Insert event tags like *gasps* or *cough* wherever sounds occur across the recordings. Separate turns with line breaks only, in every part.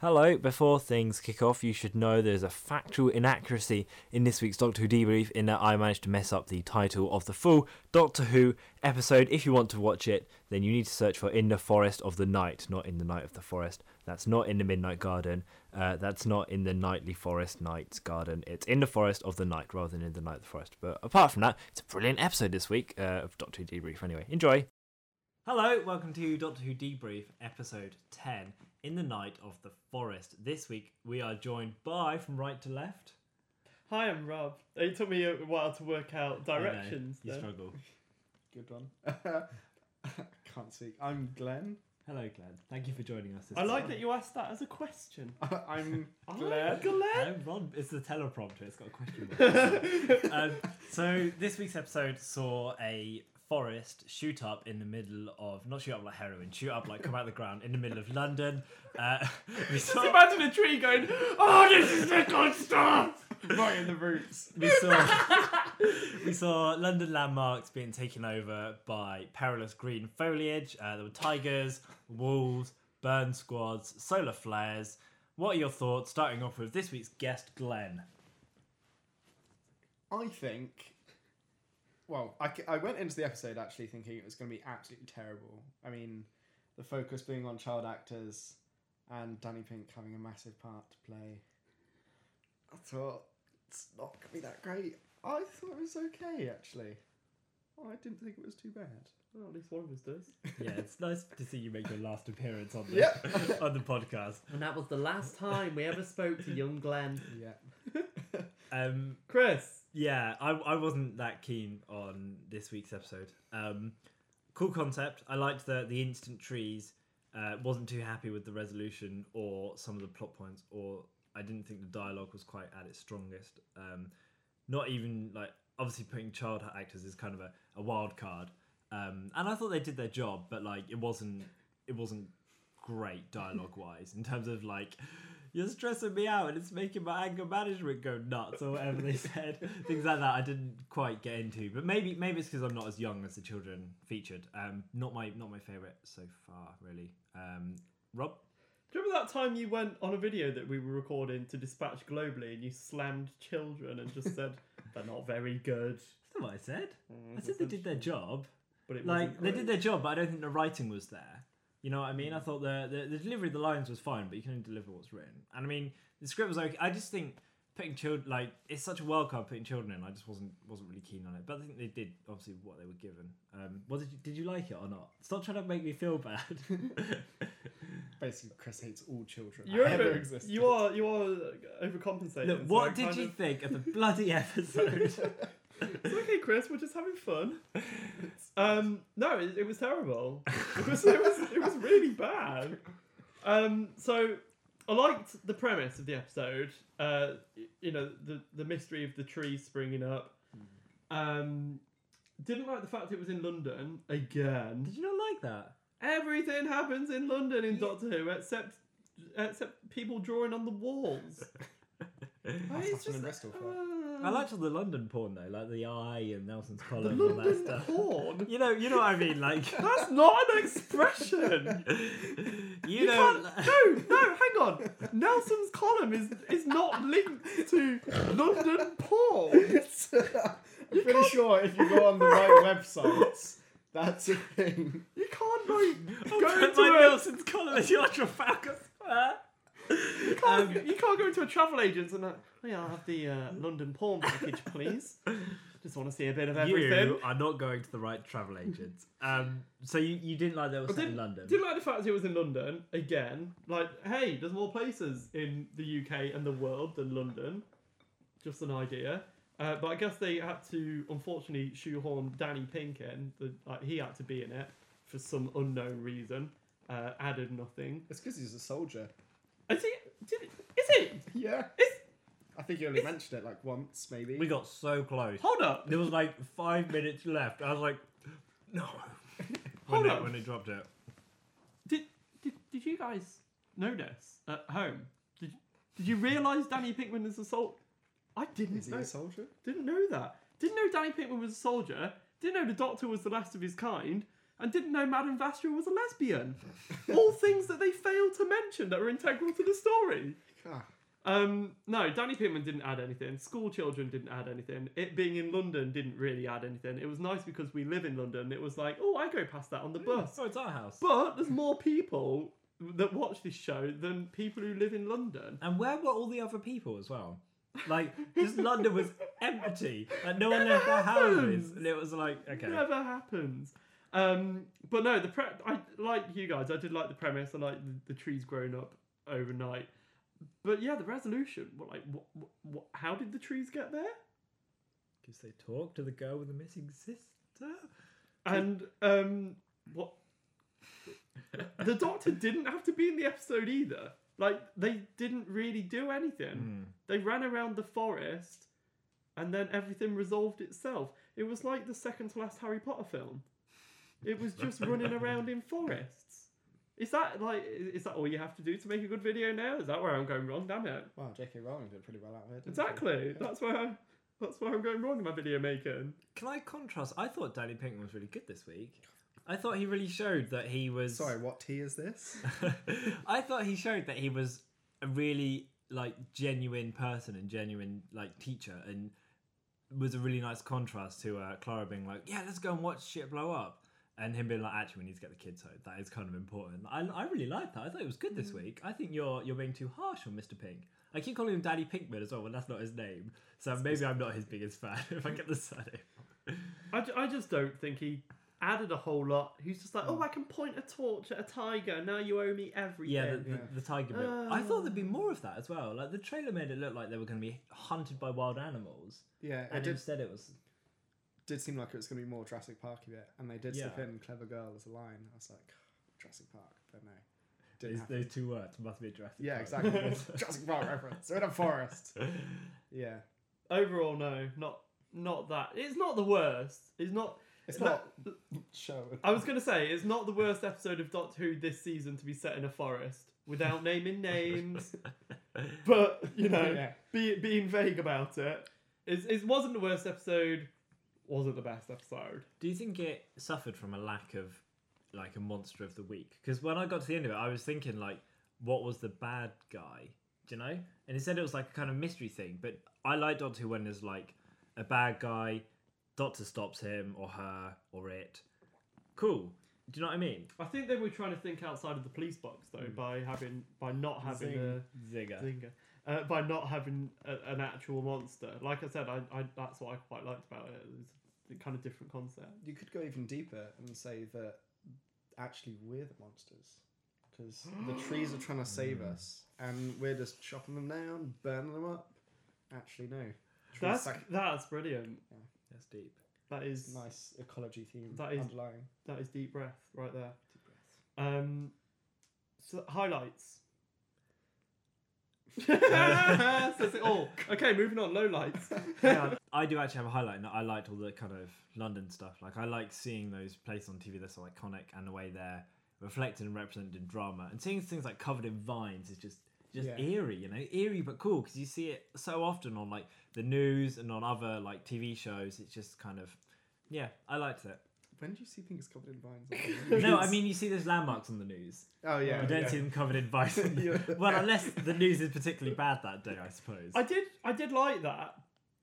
Hello, before things kick off, you should know there's a factual inaccuracy in this week's Doctor Who debrief in that I managed to mess up the title of the full Doctor Who episode. If you want to watch it, then you need to search for In the Forest of the Night, not In the Night of the Forest. That's not in the Midnight Garden. Uh, that's not in the Nightly Forest Night's Garden. It's in the Forest of the Night rather than in the Night of the Forest. But apart from that, it's a brilliant episode this week uh, of Doctor Who debrief anyway. Enjoy! Hello, welcome to Doctor Who Debrief, episode 10, In the Night of the Forest. This week we are joined by, from right to left,
Hi, I'm Rob. It took me a while to work out
I know,
directions.
You
though.
struggle.
Good one. *laughs* Can't see. I'm Glenn. *laughs*
Hello, Glenn. Thank you for joining us. This
I like
time.
that you asked that as a question.
I'm
Glad.
Glenn.
Glad.
I'm Ron. It's the teleprompter. It's got a question mark.
*laughs*
um, so this week's episode saw a forest shoot up in the middle of not shoot up like heroin, shoot up like come out of the ground in the middle of London. Uh, *laughs* we
Just
saw.
imagine a tree going, "Oh, this is the good stuff."
right in the roots.
We saw, *laughs* we saw London landmarks being taken over by perilous green foliage. Uh, there were tigers, wolves, burn squads, solar flares. What are your thoughts? Starting off with this week's guest, Glenn.
I think. Well, I, c- I went into the episode actually thinking it was going to be absolutely terrible. I mean, the focus being on child actors and Danny Pink having a massive part to play. I thought it's not going to be that great. I thought it was okay actually. I didn't think it was too bad.
Well, at least one of us does.
Yeah, it's nice to see you make your last appearance on the
Yep.
*laughs* on the podcast.
And that was the last time we ever spoke to young Glenn.
Yeah.
Um,
Chris,
yeah, I, I wasn't that keen on this week's episode. Um, cool concept. I liked the the instant trees. Uh, wasn't too happy with the resolution or some of the plot points, or I didn't think the dialogue was quite at its strongest. Um, not even like obviously putting child actors is kind of a, a wild card. Um, and I thought they did their job, but like it wasn't it wasn't great dialogue wise in terms of like you're stressing me out and it's making my anger management go nuts or whatever *laughs* they said things like that i didn't quite get into but maybe maybe it's because i'm not as young as the children featured um not my not my favorite so far really um rob
do you remember that time you went on a video that we were recording to dispatch globally, and you slammed children and just said they're not very good.
that's not what i said i said they did their job
But it
like they
wasn't
did their job but i don't think the writing was there you know what i mean
Mm.
i thought the, the the delivery of the lines was fine but you can only deliver what's written and i mean the script was okay i just think putting children like it's such a wild card putting children in i just wasn't wasn't really keen on it but i think they did obviously what they were given um what did you, did you like it or not stop trying to make me feel
*laughs*
bad
Basically, Chris hates all children.
You're
that ever
over,
existed.
you are you are overcompensating.
look
so I
what did
kind
you
of-
think of the
*laughs*
bloody episode
It's okay, Chris. We're just having fun. *laughs* Um, no, it, it was
*laughs*
terrible. It was, it was it was really bad. Um, so I liked the premise of the episode. Uh, y- you know, the the mystery of the trees springing up.
Hmm.
Um, didn't like the fact it was in London again.
did you not like that
Everything happens in London in Doctor Who, except except people drawing on the
*laughs*
walls.
That's happened in Bristol
uh,
for it.
i liked all the london porn though like the eye and nelson's
the
column and all that
London
stuff
horn.
you know you know what i mean
*laughs*
like
That's not an expression.
*laughs* you,
You
know,
can't- no, no, hang on. Nelson's column is is not linked to London porn.
*laughs* I'm pretty sure if you go on the right
*laughs*
websites, that's a thing.
You can't
*laughs*
like
I'll
go
put
into
my
a
Nelson's column as your Trafalgar Square.
you can't,
um,
you can't go into a travel agent and like, hey, I'll have the uh, London porn package, please.
*laughs*
Just want to see a bit of everything.
You are not going to the right travel agents. Um, so you, you didn't like that was
I
set in
didn't-
London.
Didn't like the fact it was in London again. Like, hey, there's more places in the UK and the world than London. Just an idea. Uh, but I guess they had to, unfortunately, shoehorn Danny Pink in. The, like, he had to be in it for some unknown reason. Uh, added nothing.
It's because he's a soldier.
Is it? Did it? Is it?
Yeah.
It's-
I think you only mentioned it like once, maybe.
we got so close.
Hold up.
There was like five minutes left. I was like, no.
Hold
*laughs* when, they,
on.
when they dropped it.
Did, did did you guys notice at home? Did did you realise Danny Pinkman is a sol I didn't
Is he
know.
a soldier?
Didn't know that. Didn't know Danny Pinkman was a soldier. Didn't know the Doctor was the last of his kind. and didn't know Madame Vastra was a lesbian. All things that they failed to mention that were integral to the story.
Ah.
Um, no, Danny Pittman didn't add anything. School children didn't add anything. It being in London didn't really add anything. It was nice because we live in London. It was like, oh, I go past that on the bus.
*laughs* Oh, it's our house.
But there's more people that watch this show than people who live in London.
And where were all the other people as well? Like, just London
*laughs*
was empty. Like, no one left their houses. And it was like, okay.
Never happens. Um, but no, the pre- I like you guys. I did like the premise. I like the, the trees growing up overnight. But yeah, the resolution. What, like, what, what, what, how did the trees get there?
Because they talked to the girl with the missing sister.
And um, what? the Doctor didn't have to be in the episode either. Like they didn't really do
Mm.
anything. They ran around the forest, and then everything resolved itself. It was like the second to last Harry Potter film. It was just running around in forests. Is that like? i- Is that all you have to do to make a good video now? Is that where I'm going wrong? Damn it!
Wow, J.K. Rowling did pretty well out there. didn't she?
Exactly. That's where. I, that's where I'm going wrong in my video making.
Can I contrast? I thought Danny Pinkman was really good this week. I thought he really showed that he was.
Sorry, what tea is *laughs* this?
*laughs* I thought he showed that he was a really like genuine person and genuine like teacher and was a really nice contrast to uh, Clara being like, yeah, let's go and watch shit blow up. And him being like, actually, we need to get the kids home. That is kind of important. I, I really liked that. I thought it was good this week. I think you're you're being too harsh on Mr. Pink. I keep calling him Daddy Pinkman as well, but that's not his name. So maybe I'm not his biggest fan *laughs* if I get the surname.
I, ju- I just don't think he added a whole lot. He's just like, oh, I can point a torch at a tiger. Now you owe me everything.
Yeah, the, the,
Yeah. Um.
the tiger bit. I thought there'd be more of that as well. Like the trailer made it look like they were going to be hunted by wild animals,
yeah, it
and
did,
instead it was
did seem like it was going to be more Jurassic Park a bit, and they did slip
Yeah.
in "clever girl" as a line. I was like, Jurassic Park, but no, didn't
those,
happen.
those two words must be Jurassic.
Yeah,
Park. *laughs*
*laughs* exactly. Jurassic Park reference. We're in a forest. *laughs* Yeah,
Overall, no, not not that. It's not the worst. It's not.
it's
that-
not show.
I was gonna say it's not the worst episode of Doctor Who this season to be set in a forest without naming names. but you know,
Yeah.
be, being vague about it. It's, it wasn't the worst episode. Wasn't the best episode.
Do you think it suffered from a lack of like a monster of the week? Because when I got to the end of it, I was thinking like, what was the bad guy? Do you know? And instead, it was like a kind of mystery thing. But I like Doctor Who when there's like a bad guy, Doctor stops him or her or it. Cool. Do you know what I mean?
I think they were trying to think outside of the police box though by having by not having
Zing.
a.
Zigger.
Zinger. Uh, by not having a, an actual monster. Like I said, I, I that's what I quite liked about it. It was a kind of different concept.
You could go even deeper and say that actually we're the monsters because *gasps* the trees are trying to save
Hmm.
us, and we're just chopping them down, burning them up. Actually, no. Trees
That's
suck.
that's brilliant.
That's deep.
That is
nice ecology theme
That is-
underlying.
that is deep breath right there. Um, so
*laughs*
highlights. Says it all. Okay, moving on. Lowlights.
*laughs* Yeah, I do actually have a highlight, and I liked all the kind of London stuff. Like I like seeing those places on TV that are so iconic, and the way they're reflected and represented in drama, and seeing things like covered in vines is just just
Yeah.
eerie, you know, eerie but cool because you see it so often on like the news and on other like TV shows. It's just kind of yeah, I liked it.
When do you see things covered in vines?
No, I mean you see those landmarks on the news.
*laughs* oh yeah,
You don't
yeah.
see them covered in vines. *laughs*
Yeah.
well, unless the news is particularly bad that day, I suppose.
I did I did like that,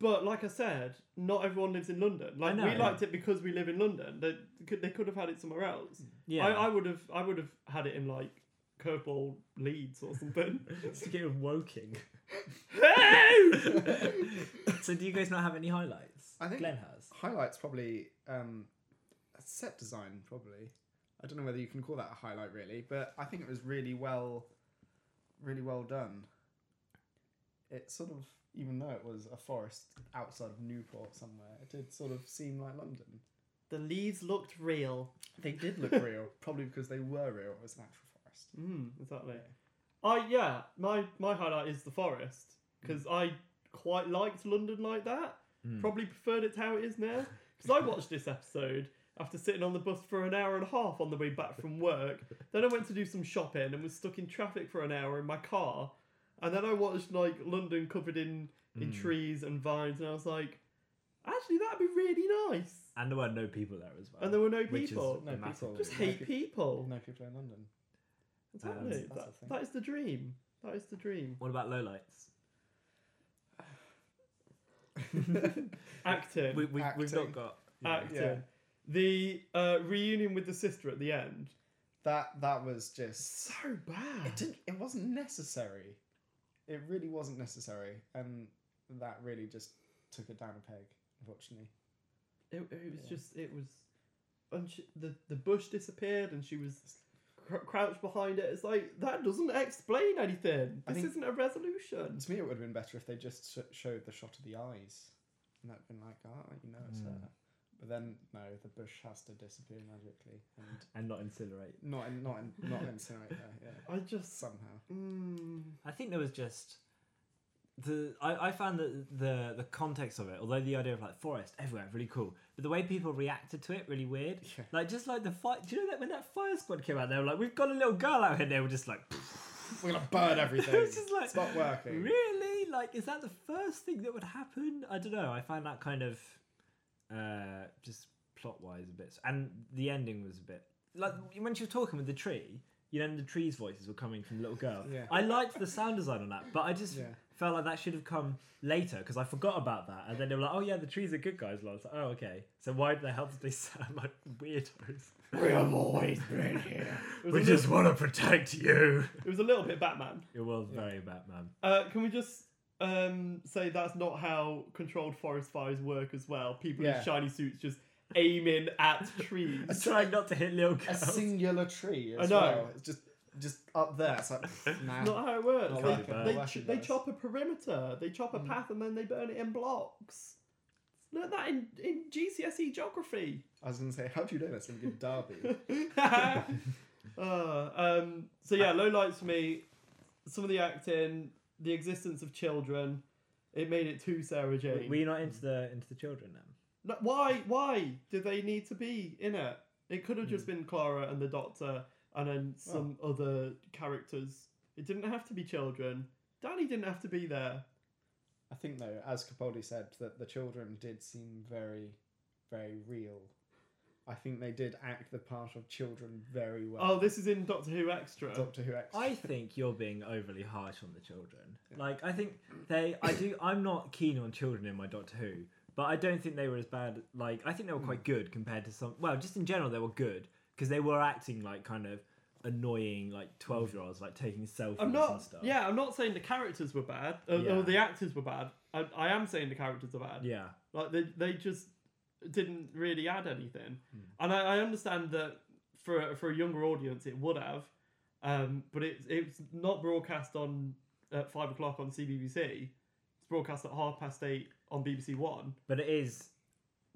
but like I said, not everyone lives in London. Like
know.
we liked it because we live in London. They could they could have had it somewhere else.
yeah,
I, I would have I would have had it in like curveball Leeds or
*laughs*
something.
Speaking of woking. *laughs*
Hey!
so do you guys not have any highlights?
I think-
Glenn has.
highlights probably um, set design probably i don't know whether you can call that a highlight really but i think it was really well really well done it sort of even though it was a forest outside of newport somewhere it did sort of seem like london
the leaves looked real.
they did *laughs* look real probably because they were real it was an actual forest
Mm, exactly. I yeah, my my highlight is the forest
Mm.
because I quite liked London like that. Probably preferred it to how it is now because I watched this episode after sitting on the bus for an hour and a half on the way back from work. then I went to do some shopping and was stuck in traffic for an hour in my car.
Mm.
And then I watched like London covered in in trees and vines, and I was like, Actually, that'd be really nice.
And there were no people there as well.
And there were no
which is
people.
No
massive.
people.
Just
No
hate
peop-
people.
No people in London.
Exactly.
That's-
that's
That-
the thing.
that is the dream. That is the dream.
What about lowlights?
Acting.
We, we, we've
Acting.
not got.
acting.
Uh, Yeah.
The uh, reunion with the sister at the end.
*laughs* That that was just
So bad.
it didn't it wasn't necessary. It really wasn't necessary. And that really just took it down a peg, unfortunately.
It, it was
Yeah.
just it was, and she, the the bush disappeared and she was cr- crouched behind it. It's like that doesn't explain anything.
I
This
think-
isn't a resolution.
To me, it would have been better if they just sh- showed the shot of the eyes, and that'd been like, ah, you know, it's
Hmm.
her. But then, no, the bush has to disappear magically, and
And not incinerate.
not in, not in, not incinerate her, yeah,
I just
somehow.
mm,
I think there was just the I, I found that the the context of it, although the idea of like forest everywhere really cool, but the way people reacted to it really weird.
Yeah.
Like just like the fight. Do you know that when that fire squad came out, they were like, "We've got a little girl out here." and They were just like,
We're gonna burn everything.
It's just like-
Stop working.
"Really? Like, is that the first thing that would happen?" I don't know. I find that kind of uh just plot wise a bit, and the ending was a bit like when she was talking with the tree. You know, and the tree's voices were coming from the little girl.
Yeah.
I liked the sound design on that, but I just
Yeah.
felt like that should have come later because I forgot about that. And then they were like, "Oh yeah, the trees are good guys." And I was like, "Oh okay." So why did they help? They *laughs* sound like weirdos.
we have always been here. It was, a little,
want to protect you.
it was a little bit Batman.
It was
Yeah.
very Batman.
Uh, can we just um, say that's not how controlled forest fires work as well? People
Yeah.
in shiny suits just aiming at trees.
I'm trying not to hit little
A
girls.
singular tree. As
I know.
Well. It's just just up there.
*laughs*
It's like, nah.
not how it works.
Not
Can't
working,
be bad.
They,
not
ch-
working,
they
guys.
chop a perimeter, they chop a
Mm.
path, and then they burn it in blocks. Learn that in, in GCSE E geography.
I was gonna say, how do you know this? And give Derby.
uh, um, so yeah, low lights for me. Some of the acting, the existence of children, it made it too Sarah Jane.
Were you not
Mm.
into the into the children then?
No, why? Why do they need to be in it? It could have just been Clara and the Doctor, and then some other characters. It didn't have to be children. Danny didn't have to be there.
I think though, as Capaldi said, that the children did seem very, very real. I think they did act the part of children very well.
Oh, this is in Doctor Who Extra.
Doctor Who X.
I think you're being overly harsh on the children. Like I think they I do I'm not keen on children in my Doctor Who, but I don't think they were as bad like I think they were
Mm.
quite good compared to some well, just in general they were good because they were acting like kind of annoying like 12-year-olds like taking selfies
I'm
and
not.
stuff.
Yeah, I'm not saying the characters were bad uh,
Yeah.
or the actors were bad. I, I am saying the characters are bad.
Yeah.
Like they they just didn't really add anything.
Hmm.
And I, I understand that for a- for a younger audience it would have, um, but it's it's not broadcast on at five o'clock on CBBC. It's broadcast at half past eight on BBC One.
But it is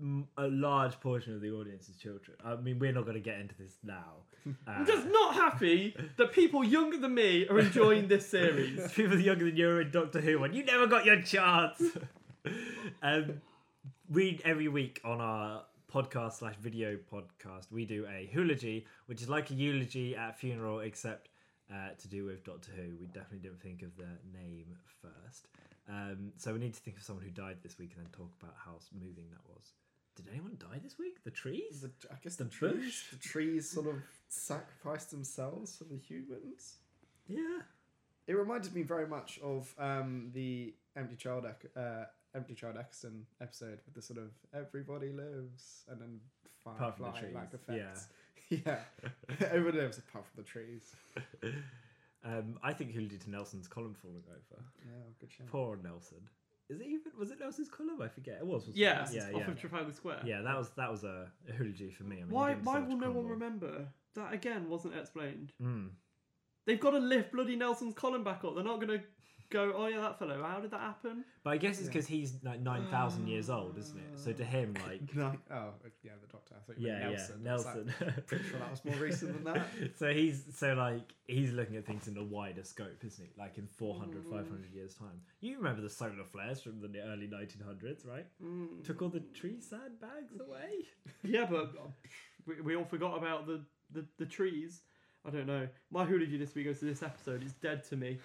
mm, a large portion of the audience is children. I mean, we're not going to get into this now. Uh,
*laughs* I'm just not happy that people younger than me are enjoying
*laughs*
this series.
People younger than you are in Doctor Who one. You never got your chance. um, we every week on our podcast slash video podcast we do a hoology, which is like a eulogy at funeral, except uh, to do with Doctor Who. We definitely didn't think of the name first, um, so we need to think of someone who died this week and then talk about how moving that was. Did anyone die this week? The trees?
The, I guess the,
The
trees,
bush?
the trees sort of sacrificed themselves for the humans.
yeah.
It reminded me very much of um, the Empty Child, Ec- uh, Empty Child Eccleston episode with the sort of everybody lives and then
Apart from the
firefly like
trees,
effects. *laughs* Yeah, everybody lives apart from the trees.
Um, I think hoology to Nelson's column falling over.
Yeah, good show.
Poor Nelson. Is it even was it Nelson's column? I forget. It was. wasn't it?
Yeah,
yeah,
off
yeah.
of Trafalgar Square.
Yeah, that was that was a, a hoology for me. I mean, he
Why
didn't
why
deserve to
will no one
crumble.
remember? That again wasn't explained.
Mm.
They've got to lift bloody Nelson's column back up. They're not going to go, oh yeah, that fellow, how did that happen?
But I guess it's
Yeah.
because he's like nine thousand years old, isn't it? So to him, like,
No, oh yeah, the Doctor. I thought you
yeah,
meant Nelson.
yeah,
I was like,
Nelson.
Pretty sure that was more recent than that.
*laughs* so he's so like he's looking at things in a wider scope, isn't he? Like in 400, 500 years time. You remember the solar flares from the early nineteen hundreds, right?
Mm.
Took all the tree sandbags away.
Yeah, but uh, we, we all forgot about the, the, the trees. I don't know. My hooligan this week goes to this episode. It's dead to me.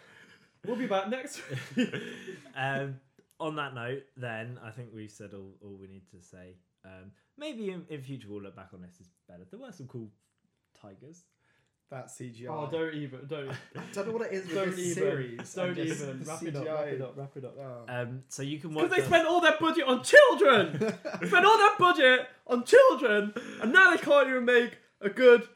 We'll be back next week.
um, on that note, then I think we've said all, all we need to say. Um, maybe in, in future we'll look back on this as better. There were some cool tigers.
That CGI.
Oh, don't even, don't,
I don't know what it is with
Don't
this
even.
series. I
don't
just-
even.
the
Wrap it up,
CGI.
wrap it up, wrap it up.
Oh.
Um, so you can watch.
Because they
us-
spent all their budget on children. they spent all their budget on children, and now they can't even make a good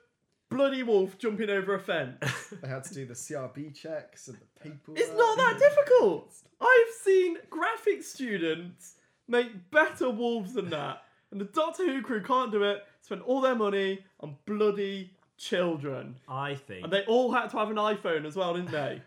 bloody wolf jumping over a fence.
They had to do the CRB checks and the people.
It's not that difficult. I've seen graphic students make better wolves than that, and the Doctor Who crew can't do it. Spend all their money on bloody children,
I think.
and they all had to have an iPhone as well, didn't they?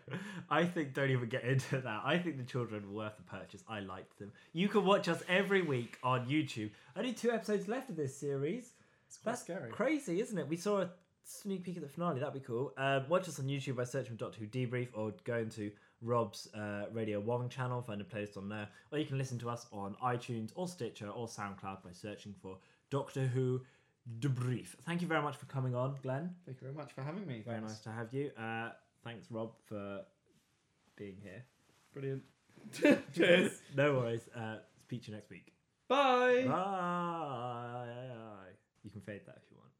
I think don't even get into that. I think the children were worth the purchase. I liked them. You can watch us every week on YouTube. Only two episodes left of this series.
It's quite scary.
crazy, isn't it? We saw a sneak peek at the finale. That'd be cool. Um, watch us on YouTube by searching Doctor Who Debrief or go into Rob's uh, Radio 1 channel, find a playlist on there. Or you can listen to us on iTunes or Stitcher or SoundCloud by searching for Doctor Who Debrief. Thank you very much for coming on, Glenn.
Thank you very much for having me.
Very
guys.
nice to have you. Uh, thanks, Rob, for being here.
*laughs* Brilliant. *laughs* Cheers.
No worries. Uh, speak to you next week.
Bye.
Bye. You can fade that if you want.